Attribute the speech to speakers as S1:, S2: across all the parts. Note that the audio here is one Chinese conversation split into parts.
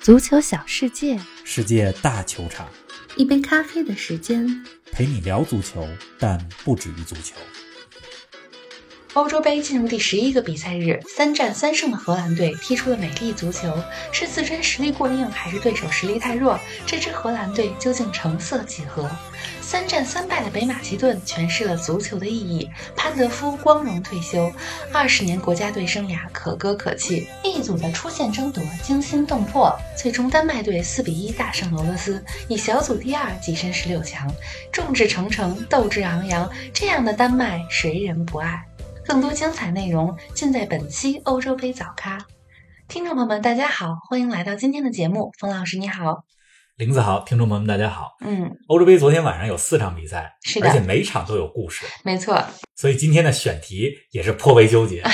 S1: 足球小世界，
S2: 世界大球场，
S1: 一杯咖啡的时间。
S2: 陪你聊足球，但不止于足球。
S3: 欧洲杯进入第十一个比赛日，三战三胜的荷兰队踢出了美丽足球。是自身实力过硬，还是对手实力太弱？这支荷兰队究竟成色几何？三战三败的北马其顿诠释了足球的意义。潘德夫光荣退休，二十年国家队生涯可歌可泣。一组的出线争夺惊心动魄，最终丹麦队四比一大胜俄罗斯，以小组第二跻身十六强。众志成城，斗志昂扬，这样的丹麦谁人不爱？更多精彩内容尽在本期欧洲杯早咖。听众朋友们，大家好，欢迎来到今天的节目。冯老师你好，
S2: 林子豪，听众朋友们，大家好。
S3: 嗯，
S2: 欧洲杯昨天晚上有四场比赛，
S3: 是的
S2: 而且每场都有故事，
S3: 没错，
S2: 所以今天的选题也是颇 为纠结。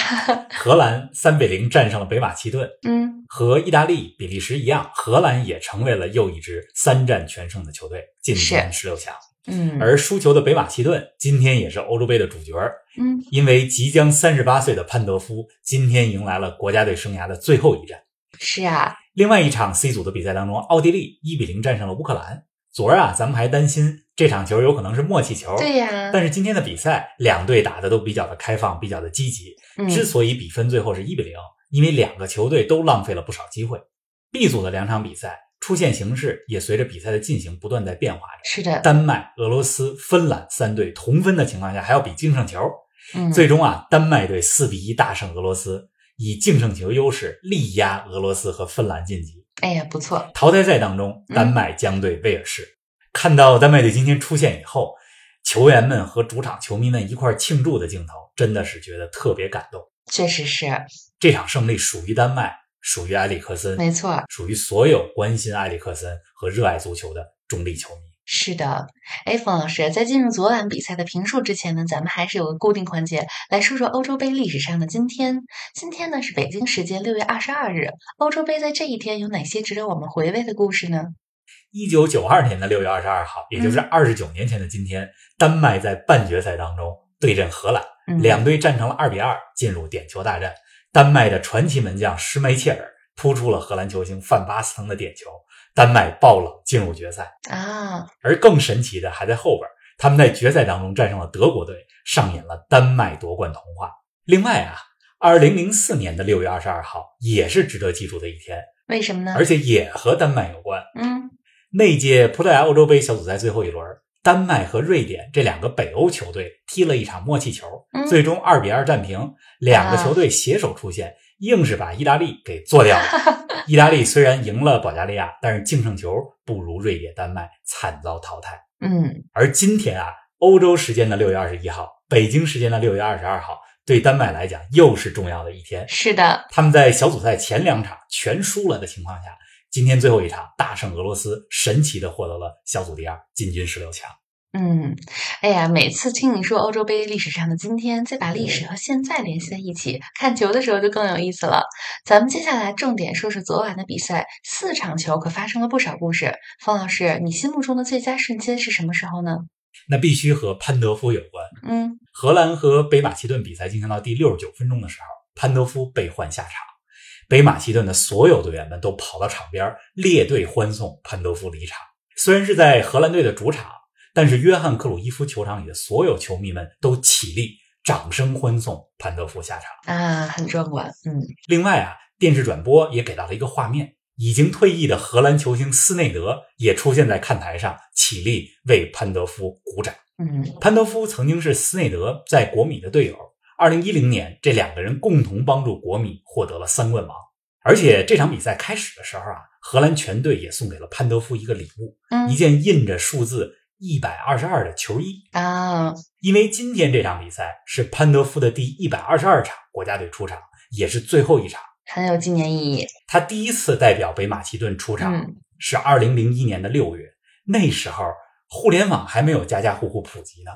S2: 荷兰三比零战胜了北马其顿，
S3: 嗯，
S2: 和意大利、比利时一样，荷兰也成为了又一支三战全胜的球队，进军十六强。
S3: 嗯，
S2: 而输球的北马其顿今天也是欧洲杯的主角，
S3: 嗯，
S2: 因为即将三十八岁的潘德夫今天迎来了国家队生涯的最后一战。
S3: 是啊，
S2: 另外一场 C 组的比赛当中，奥地利一比零战胜了乌克兰。昨儿啊，咱们还担心这场球有可能是默契球，
S3: 对呀、嗯
S2: 但是今天的比赛，两队打的都比较的开放，比较的积极。
S3: 嗯，
S2: 之所以比分最后是一比零，因为两个球队都浪费了不少机会。B 组的两场比赛出现形势也随着比赛的进行不断在变化着。
S3: 是的，
S2: 丹麦、俄罗斯、芬兰三队同分的情况下，还要比净胜球。
S3: 嗯，
S2: 最终啊，丹麦队四比一大胜俄罗斯，以净胜球优势力压俄罗斯和芬兰晋级。
S3: 哎呀，不错，
S2: 淘汰赛当中，
S3: 嗯
S2: 丹麦将对威尔士。看到丹麦队今天出现以后，球员们和主场球迷们一块儿庆祝的镜头，真的是觉得特别感动。
S3: 确实是
S2: 这场胜利属于丹麦，属于埃里克森，
S3: 没错，
S2: 属于所有关心埃里克森和热爱足球的中立球迷。
S3: 是的。哎，冯老师，在进入昨晚比赛的评述之前呢，咱们还是有个固定环节，来说说欧洲杯历史上的今天。今天呢是北京时间六月二十二日，欧洲杯在这一天有哪些值得我们回味的故事呢？
S2: 一九九二年的六月二十二号，也就是
S3: 嗯
S2: 二十九年前的今天，丹麦在半决赛当中对阵荷兰，
S3: 嗯，
S2: 两队战成了二比二，进入点球大战。丹麦的传奇门将施梅切尔扑出了荷兰球星范巴斯滕的点球，丹麦爆冷进入决赛。
S3: 啊，
S2: 而更神奇的还在后边，他们在决赛当中战胜了德国队，上演了丹麦夺冠童话。另外啊，二零零四年的六月二十二号也是值得记住的一天，
S3: 为什么呢？
S2: 而且也和丹麦有关。
S3: 嗯，
S2: 那届葡萄牙欧洲杯小组赛最后一轮，丹麦和瑞典这两个北欧球队踢了一场默契球，
S3: 嗯啊
S2: 最终二比二战平，两个球队携手出线，硬是把意大利给做掉 了。意大利虽然赢了保加利亚，但是净胜球不如瑞典、丹麦，惨遭淘汰。
S3: 嗯，
S2: 而今天啊，欧洲时间的六月二十一号，北京时间的六月二十二号，对丹麦来讲又是重要的一天。
S3: 是的，
S2: 他们在小组赛前两场全输了的情况下，今天最后一场大胜俄罗斯，神奇的获得了小组第二，进军十六强。
S3: 嗯，哎呀，每次听你说欧洲杯历史上的今天，再把历史和现在联系在一起，看球的时候就更有意思了。咱们接下来重点说说昨晚的比赛，四场球可发生了不少故事。方老师，你心目中的最佳瞬间是什么时候呢？
S2: 那必须和潘德夫有关。
S3: 嗯，
S2: 荷兰和北马其顿比赛进行到第六十九分钟的时候，潘德夫被换下场，北马其顿的所有队员们都跑到场边列队欢送潘德夫离场。虽然是在荷兰队的主场，但是约翰克鲁伊夫球场里的所有球迷们都起立，掌声欢送潘德夫下场。
S3: 啊，很壮观。嗯，
S2: 另外啊，电视转播也给到了一个画面，已经退役的荷兰球星斯内德也出现在看台上，起立为潘德夫鼓掌。
S3: 嗯，
S2: 潘德夫曾经是斯内德在国米的队友。二零一零年，这两个人共同帮助国米获得了三冠王。而且这场比赛开始的时候啊，荷兰全队也送给了潘德夫一个礼物，
S3: 嗯，
S2: 一件印着数字一百二十二的球衣。
S3: 啊，
S2: 因为今天这场比赛是潘德夫的第一百二十二场国家队出场，也是最后一场。
S3: 很有纪念意义。
S2: 他第一次代表北马其顿出场
S3: 嗯，
S2: 是二零零一年的六月，那时候互联网还没有家家户户普及呢。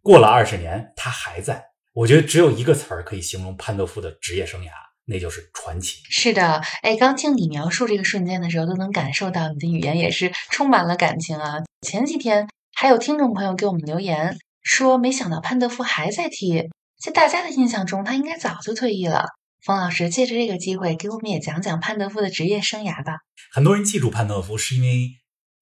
S2: 过了二十年，他还在。我觉得只有一个词儿可以形容潘德夫的职业生涯，那就是传奇。
S3: 是的，哎，刚听你描述这个瞬间的时候，都能感受到你的语言也是充满了感情啊。前几天还有听众朋友给我们留言说，没想到潘德夫还在踢，在大家的印象中，他应该早就退役了。冯老师借着这个机会给我们也讲讲潘德夫的职业生涯吧。
S2: 很多人记住潘德夫是因为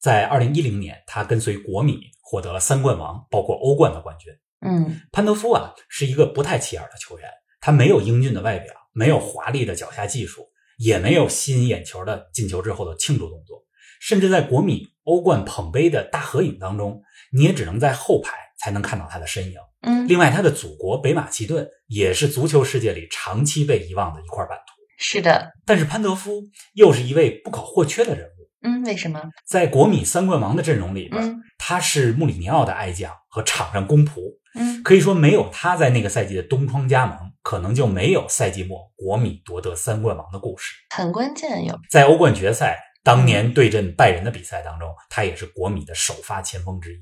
S2: 在二零一零年，他跟随国米获得了三冠王，包括欧冠的冠军。
S3: 嗯
S2: 潘德夫啊是一个不太起眼的球员，他没有英俊的外表，没有华丽的脚下技术，也没有吸引眼球的进球之后的庆祝动作，甚至在国米欧冠捧杯的大合影当中，你也只能在后排才能看到他的身影。
S3: 嗯，
S2: 另外，他的祖国北马其顿也是足球世界里长期被遗忘的一块版图。
S3: 是的，
S2: 但是潘德夫又是一位不可或缺的人物，
S3: 嗯，为什么？
S2: 在国米三冠王的阵容里边，
S3: 嗯
S2: 他是穆里尼奥的爱将和场上公仆。
S3: 嗯
S2: 可以说，没有他在那个赛季的东窗加盟，可能就没有赛季末国米夺得三冠王的故事。
S3: 很关键有，
S2: 在欧冠决赛当年对阵拜仁的比赛当中，他也是国米的首发前锋之一。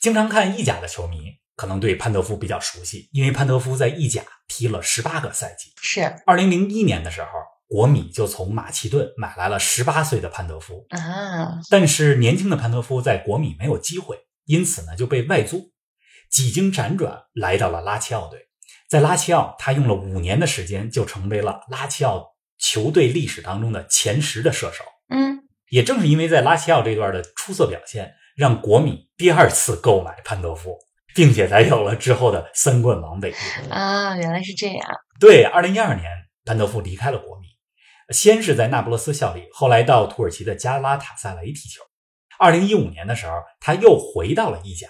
S2: 经常看意甲的球迷可能对潘德夫比较熟悉，因为潘德夫在意甲踢了十八个赛季。
S3: 是
S2: 二零零一年的时候，国米就从马其顿买来了十八岁的潘德夫，
S3: 啊，
S2: 但是年轻的潘德夫在国米没有机会，因此呢就被外租，几经辗转来到了拉齐奥队。在拉齐奥，他用了五年的时间就成为了拉齐奥球队历史当中的前十的射手。
S3: 嗯
S2: 也正是因为在拉齐奥这段的出色表现，让国米第二次购买潘德夫，并且才有了之后的三冠王伟业。
S3: 啊，原来是这样，
S2: 对，二零一二年，潘德夫离开了国米，先是在那不勒斯效力，后来到土耳其的加拉塔萨雷踢球。二零一五年的时候，他又回到了意甲。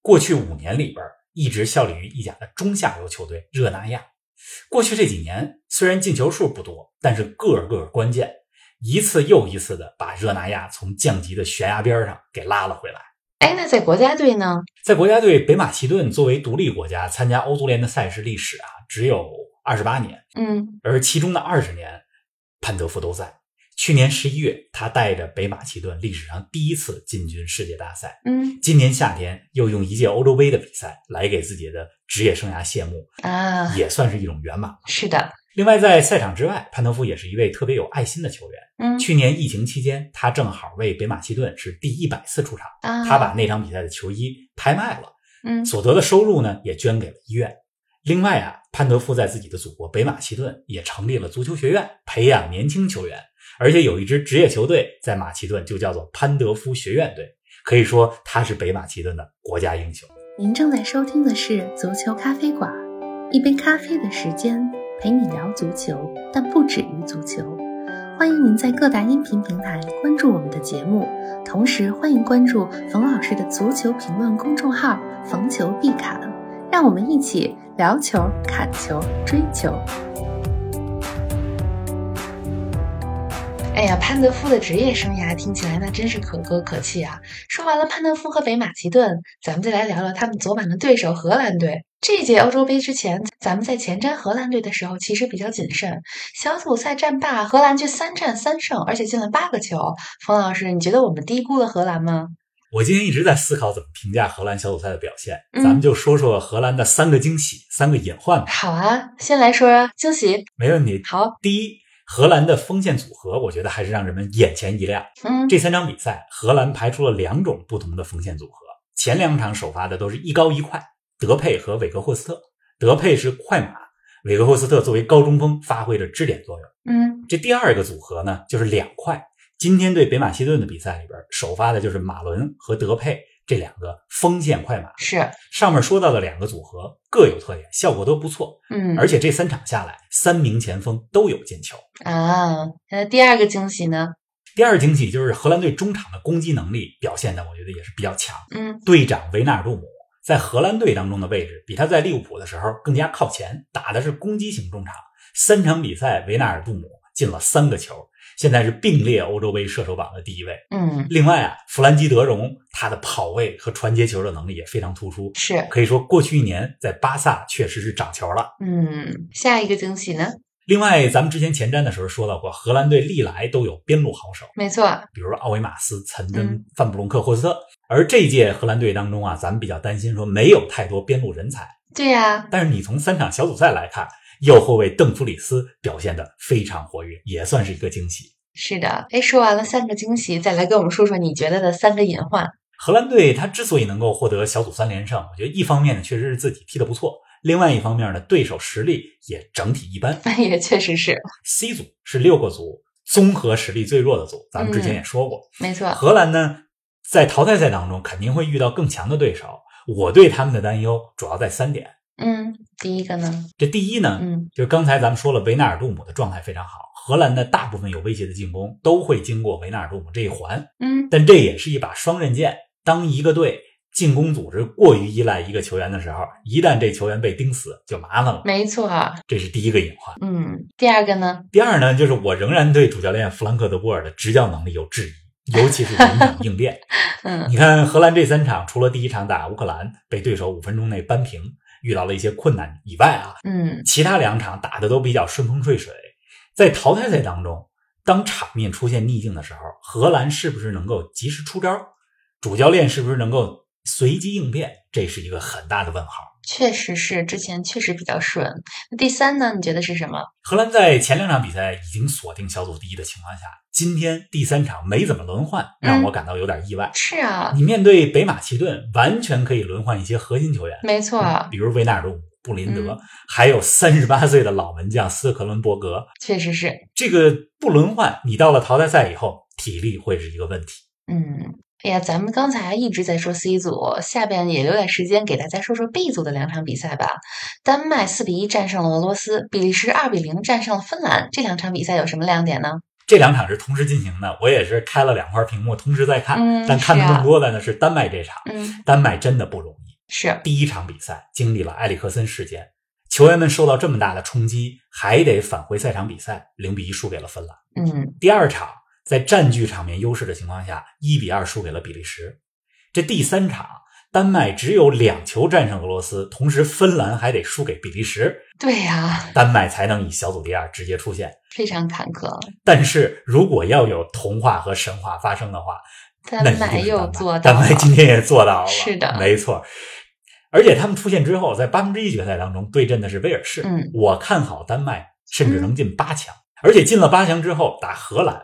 S2: 过去五年里边，一直效力于意甲的中下游球队热那亚。过去这几年，虽然进球数不多，但是个儿个儿关键，一次又一次的把热那亚从降级的悬崖边上给拉了回来。
S3: 哎，那在国家队呢？
S2: 在国家队北马其顿作为独立国家参加欧足联的赛事历史啊，只有二十八年。
S3: 嗯
S2: 而其中的二十年，潘德夫都在。去年十一月，他带着北马其顿历史上第一次进军世界大赛。
S3: 嗯
S2: 今年夏天，又用一届欧洲杯的比赛来给自己的职业生涯谢幕，
S3: 啊，
S2: 也算是一种圆满了。
S3: 是的，
S2: 另外，在赛场之外，潘德夫也是一位特别有爱心的球员。
S3: 嗯
S2: 去年疫情期间，他正好为北马其顿是第一百次出场，
S3: 啊，
S2: 他把那场比赛的球衣拍卖了，
S3: 嗯
S2: 所得的收入呢也捐给了医院。另外啊，潘德夫在自己的祖国北马其顿也成立了足球学院，培养年轻球员，而且有一支职业球队在马其顿就叫做潘德夫学院队，可以说他是北马其顿的国家英雄。
S1: 您正在收听的是《足球咖啡馆》，一杯咖啡的时间陪你聊足球，但不止于足球。欢迎您在各大音频平台关注我们的节目，同时欢迎关注冯老师的足球评论公众号“冯球必侃”，让我们一起聊球、侃球、追球。
S3: 哎呀，潘德夫的职业生涯听起来那真是可歌可泣啊！说完了潘德夫和北马其顿，咱们再来聊聊他们昨晚的对手荷兰队。这届欧洲杯之前，咱们在前瞻荷兰队的时候其实比较谨慎。小组赛战罢，荷兰却三战三胜，而且进了八个球。冯老师，你觉得我们低估了荷兰吗？
S2: 我今天一直在思考怎么评价荷兰小组赛的表现，
S3: 嗯
S2: 咱们就说说荷兰的三个惊喜、三个隐患吧。
S3: 好啊，先来说惊喜。
S2: 没问题。
S3: 好，
S2: 第一，荷兰的锋线组合，我觉得还是让人们眼前一亮。
S3: 嗯，
S2: 这三场比赛，荷兰排出了两种不同的锋线组合。前两场首发的都是一高一快，德佩和韦格霍斯特。德佩是快马，韦格霍斯特作为高中锋发挥着支点作用。
S3: 嗯
S2: 这第二个组合呢，就是两快。今天对北马其顿的比赛里边，首发的就是马伦和德佩这两个锋线快马。
S3: 是，
S2: 上面说到的两个组合各有特点，效果都不错，
S3: 嗯
S2: 而且这三场下来，三名前锋都有进球。
S3: 啊，那第二个惊喜呢？
S2: 第二惊喜就是荷兰队中场的攻击能力表现的，我觉得也是比较强。
S3: 嗯
S2: 队长维纳尔杜姆在荷兰队当中的位置比他在利物浦的时候更加靠前，打的是攻击型中场。三场比赛，维纳尔杜姆进了三个球，现在是并列欧洲杯射手榜的第一位。
S3: 嗯，
S2: 另外啊，弗兰基德容他的跑位和传接球的能力也非常突出，
S3: 是，
S2: 可以说过去一年在巴萨确实是涨球了。
S3: 嗯，下一个惊喜呢？
S2: 另外，咱们之前前瞻的时候说到过，荷兰队历来都有边路好手。
S3: 没错，
S2: 比如说奥维马斯、岑根
S3: 嗯、
S2: 范布隆克、霍斯特。而这一届荷兰队当中啊，咱们比较担心说没有太多边路人才，
S3: 对呀、
S2: 但是你从三场小组赛来看，右后卫邓弗里斯表现的非常活跃，也算是一个惊喜。
S3: 是的。哎，说完了三个惊喜，再来跟我们说说你觉得的三个隐患。
S2: 荷兰队他之所以能够获得小组三连胜，我觉得一方面呢确实是自己踢得不错，另外一方面呢，对手实力也整体一般。
S3: 也确实是
S2: C 组是六个组综合实力最弱的组，咱们之前也说过。
S3: 没错。
S2: 荷兰呢，在淘汰赛当中肯定会遇到更强的对手。我对他们的担忧主要在三点。
S3: 嗯，第一个呢，
S2: 这第一呢，
S3: 嗯
S2: 就是刚才咱们说了，维纳尔杜姆的状态非常好，荷兰的大部分有威胁的进攻都会经过维纳尔杜姆这一环，
S3: 嗯，
S2: 但这也是一把双刃剑。当一个队进攻组织过于依赖一个球员的时候，一旦这球员被盯死，就麻烦了。
S3: 没错。
S2: 这是第一个隐患。
S3: 嗯，第二个呢，
S2: 第二呢，就是我仍然对主教练弗兰克·德波尔的执教能力有质疑，尤其是临场应变。
S3: 嗯
S2: 你看荷兰这三场，除了第一场打乌克兰被对手五分钟内扳平，遇到了一些困难以外啊，
S3: 嗯，
S2: 其他两场打的都比较顺风顺水。在淘汰赛当中，当场面出现逆境的时候，荷兰是不是能够及时出招？主教练是不是能够随机应变？这是一个很大的问号。
S3: 确实是，之前确实比较顺。那第三呢，你觉得是什么？
S2: 荷兰在前两场比赛已经锁定小组第一的情况下，今天第三场没怎么轮换，
S3: 嗯
S2: 让我感到有点意外。
S3: 是啊，
S2: 你面对北马其顿，完全可以轮换一些核心球员，
S3: 没错，
S2: 比如维纳尔杜、布林德，
S3: 嗯
S2: 还有三十八岁的老门将斯克伦伯格。
S3: 确实是。
S2: 这个不轮换，你到了淘汰赛以后，体力会是一个问题。
S3: 嗯，哎呀，咱们刚才一直在说 C 组，下边也留点时间给大家说说 B 组的两场比赛吧。丹麦四比一战胜了俄罗斯，比利时二比零战胜了芬兰。这两场比赛有什么亮点呢？
S2: 这两场是同时进行的，我也是开了两块屏幕同时在看，
S3: 嗯
S2: 但看的
S3: 是啊
S2: 更多的呢是丹麦这场。
S3: 嗯，
S2: 丹麦真的不容易，
S3: 是，
S2: 第一场比赛经历了埃里克森事件，球员们受到这么大的冲击，还得返回赛场比赛，零比一输给了芬兰。
S3: 嗯
S2: 第二场在占据场面优势的情况下，一比二输给了比利时。这第三场，丹麦只有两球战胜俄罗斯，同时芬兰还得输给比利时，
S3: 对呀、
S2: 丹麦才能以小组第二直接出线。
S3: 非常坎坷。
S2: 但是如果要有童话和神话发生的话，
S3: 丹
S2: 那一定
S3: 麦
S2: 是
S3: 又
S2: 丹麦
S3: 做到
S2: 丹麦
S3: 了
S2: 今天也做到 了，
S3: 是的
S2: 没错。而且他们出现之后，在八分之一决赛当中对阵的是威尔士，
S3: 嗯
S2: 我看好丹麦甚至能进八强，而且进了八强之后打荷兰，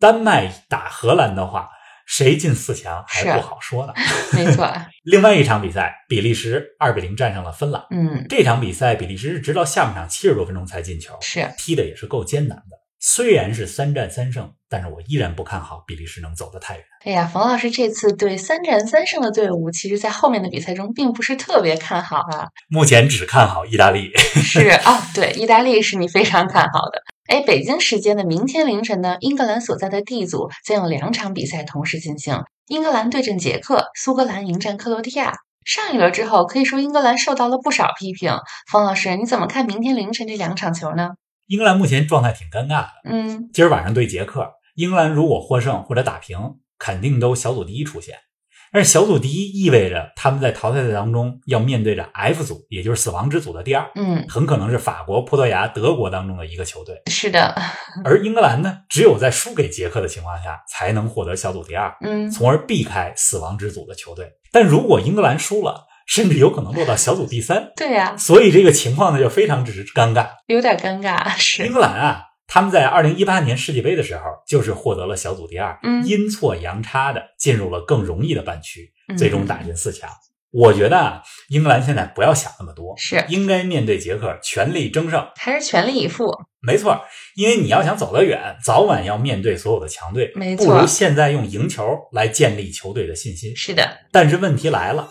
S2: 丹麦打荷兰的话，谁进四强还
S3: 是啊
S2: 不好说呢。
S3: 没错，
S2: 另外一场比赛，比利时二比零战胜了芬兰，
S3: 嗯，
S2: 这场比赛比利时是直到下半场七十多分钟才进球，
S3: 是，
S2: 踢的也是够艰难的。虽然是三战三胜，但是我依然不看好比利时能走得太远。
S3: 哎呀，冯老师这次对三战三胜的队伍，其实在后面的比赛中并不是特别看好啊。
S2: 目前只看好意大利。
S3: 是啊、对，意大利是你非常看好的。哎，北京时间的明天凌晨呢，英格兰所在的 D 组将有两场比赛同时进行，英格兰对阵捷克，苏格兰迎战克罗地亚。上一轮之后，可以说英格兰受到了不少批评。冯老师，你怎么看明天凌晨这两场球呢？
S2: 英格兰目前状态挺尴尬的，
S3: 嗯，
S2: 今儿晚上对捷克，英格兰如果获胜或者打平，肯定都小组第一出线。但是小组第一意味着他们在淘汰赛当中要面对着 F 组，也就是死亡之组的第二，
S3: 嗯，
S2: 很可能是法国、葡萄牙、德国当中的一个球队。
S3: 是的，
S2: 而英格兰呢，只有在输给捷克的情况下，才能获得小组第二，
S3: 嗯，
S2: 从而避开死亡之组的球队。但如果英格兰输了，甚至有可能落到小组第三，
S3: 对呀、
S2: 所以这个情况呢就非常之尴尬。
S3: 有点尴尬，
S2: 英
S3: 是，
S2: 格兰啊，他们在二零一八年世界杯的时候，就是获得了小组第二，
S3: 嗯
S2: 阴错阳差的进入了更容易的半区，
S3: 嗯
S2: 最终打进四强。我觉得啊，英格兰现在不要想那么多，
S3: 是
S2: 应该面对捷克全力争胜。
S3: 还是全力以赴，
S2: 没错，因为你要想走得远，早晚要面对所有的强队。
S3: 没错
S2: 不如现在用赢球来建立球队的信心。
S3: 是的，
S2: 但是问题来了，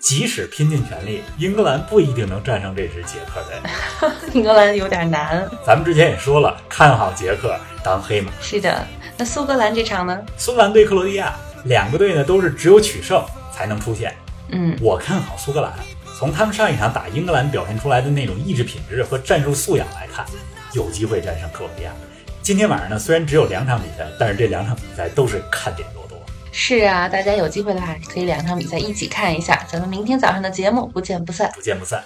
S2: 即使拼尽全力，英格兰不一定能战胜这支捷克队。
S3: 英格兰有点难，
S2: 咱们之前也说了，看好捷克当黑马。
S3: 是的。那苏格兰这场呢？
S2: 苏格兰对克罗地亚，两个队呢都是只有取胜才能出线。
S3: 嗯，
S2: 我看好苏格兰，从他们上一场打英格兰表现出来的那种意志品质和战术素养来看，有机会战胜克罗地亚。今天晚上呢，虽然只有两场比赛，但是这两场比赛都是看点多多。
S3: 是啊，大家有机会的话可以两场比赛一起看一下。咱们明天早上的节目不见不散。
S2: 不见不散。